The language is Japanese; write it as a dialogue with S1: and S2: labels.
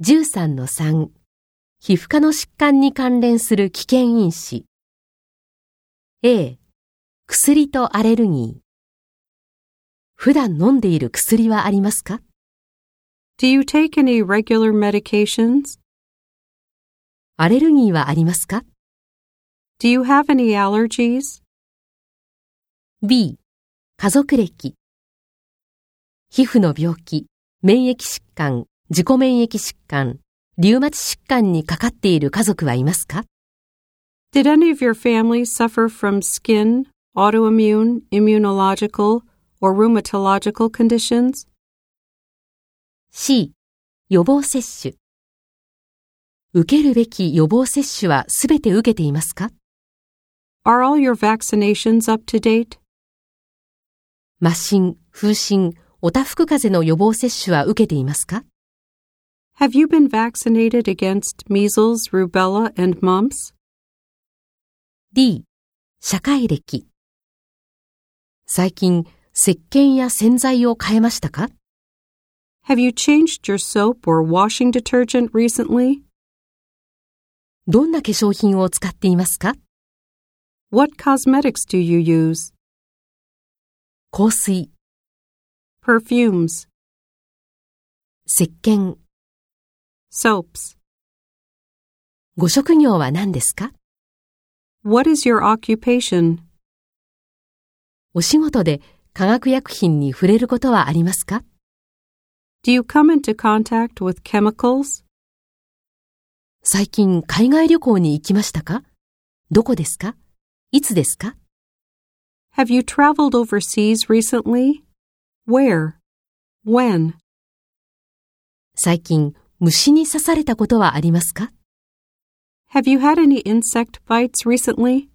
S1: 13の3、皮膚科の疾患に関連する危険因子。A、薬とアレルギー。普段飲んでいる薬はありますか
S2: Do you take any regular medications?
S1: アレルギーはありますか
S2: Do you have any allergies?
S1: ?B、家族歴。皮膚の病気、免疫疾患、自己免疫疾患、リウマチ疾患にかかっている家族はいますか
S2: Did any of your family suffer from skin, autoimmune, immunological, or rheumatological conditions?
S1: C、予防接種。受けるべき予防接種はすべて受けていますか
S2: Are all your vaccinations up to date?
S1: 麻疹、風疹、おたふく風邪の予防接種は受けていますか
S2: Have you been vaccinated against measles, rubella, and mumps?
S1: D、社会歴。最近、石鹸や洗剤を変えましたか
S2: Have you changed your soap or washing detergent recently?
S1: どんな化粧品を使っていますか
S2: What cosmetics do you use?
S1: 香水、
S2: Perfumes,
S1: 石鹸、
S2: soaps.
S1: ご職業は何ですか
S2: What is your occupation?
S1: お仕事で化学薬品に触れることはありますか
S2: Do you come into contact with chemicals?
S1: 最近、海外旅行に行きましたかどこですかいつですか
S2: Have you traveled overseas recently? Where? When?
S1: 最近、虫に刺されたことはありますか
S2: Have you had any insect bites recently?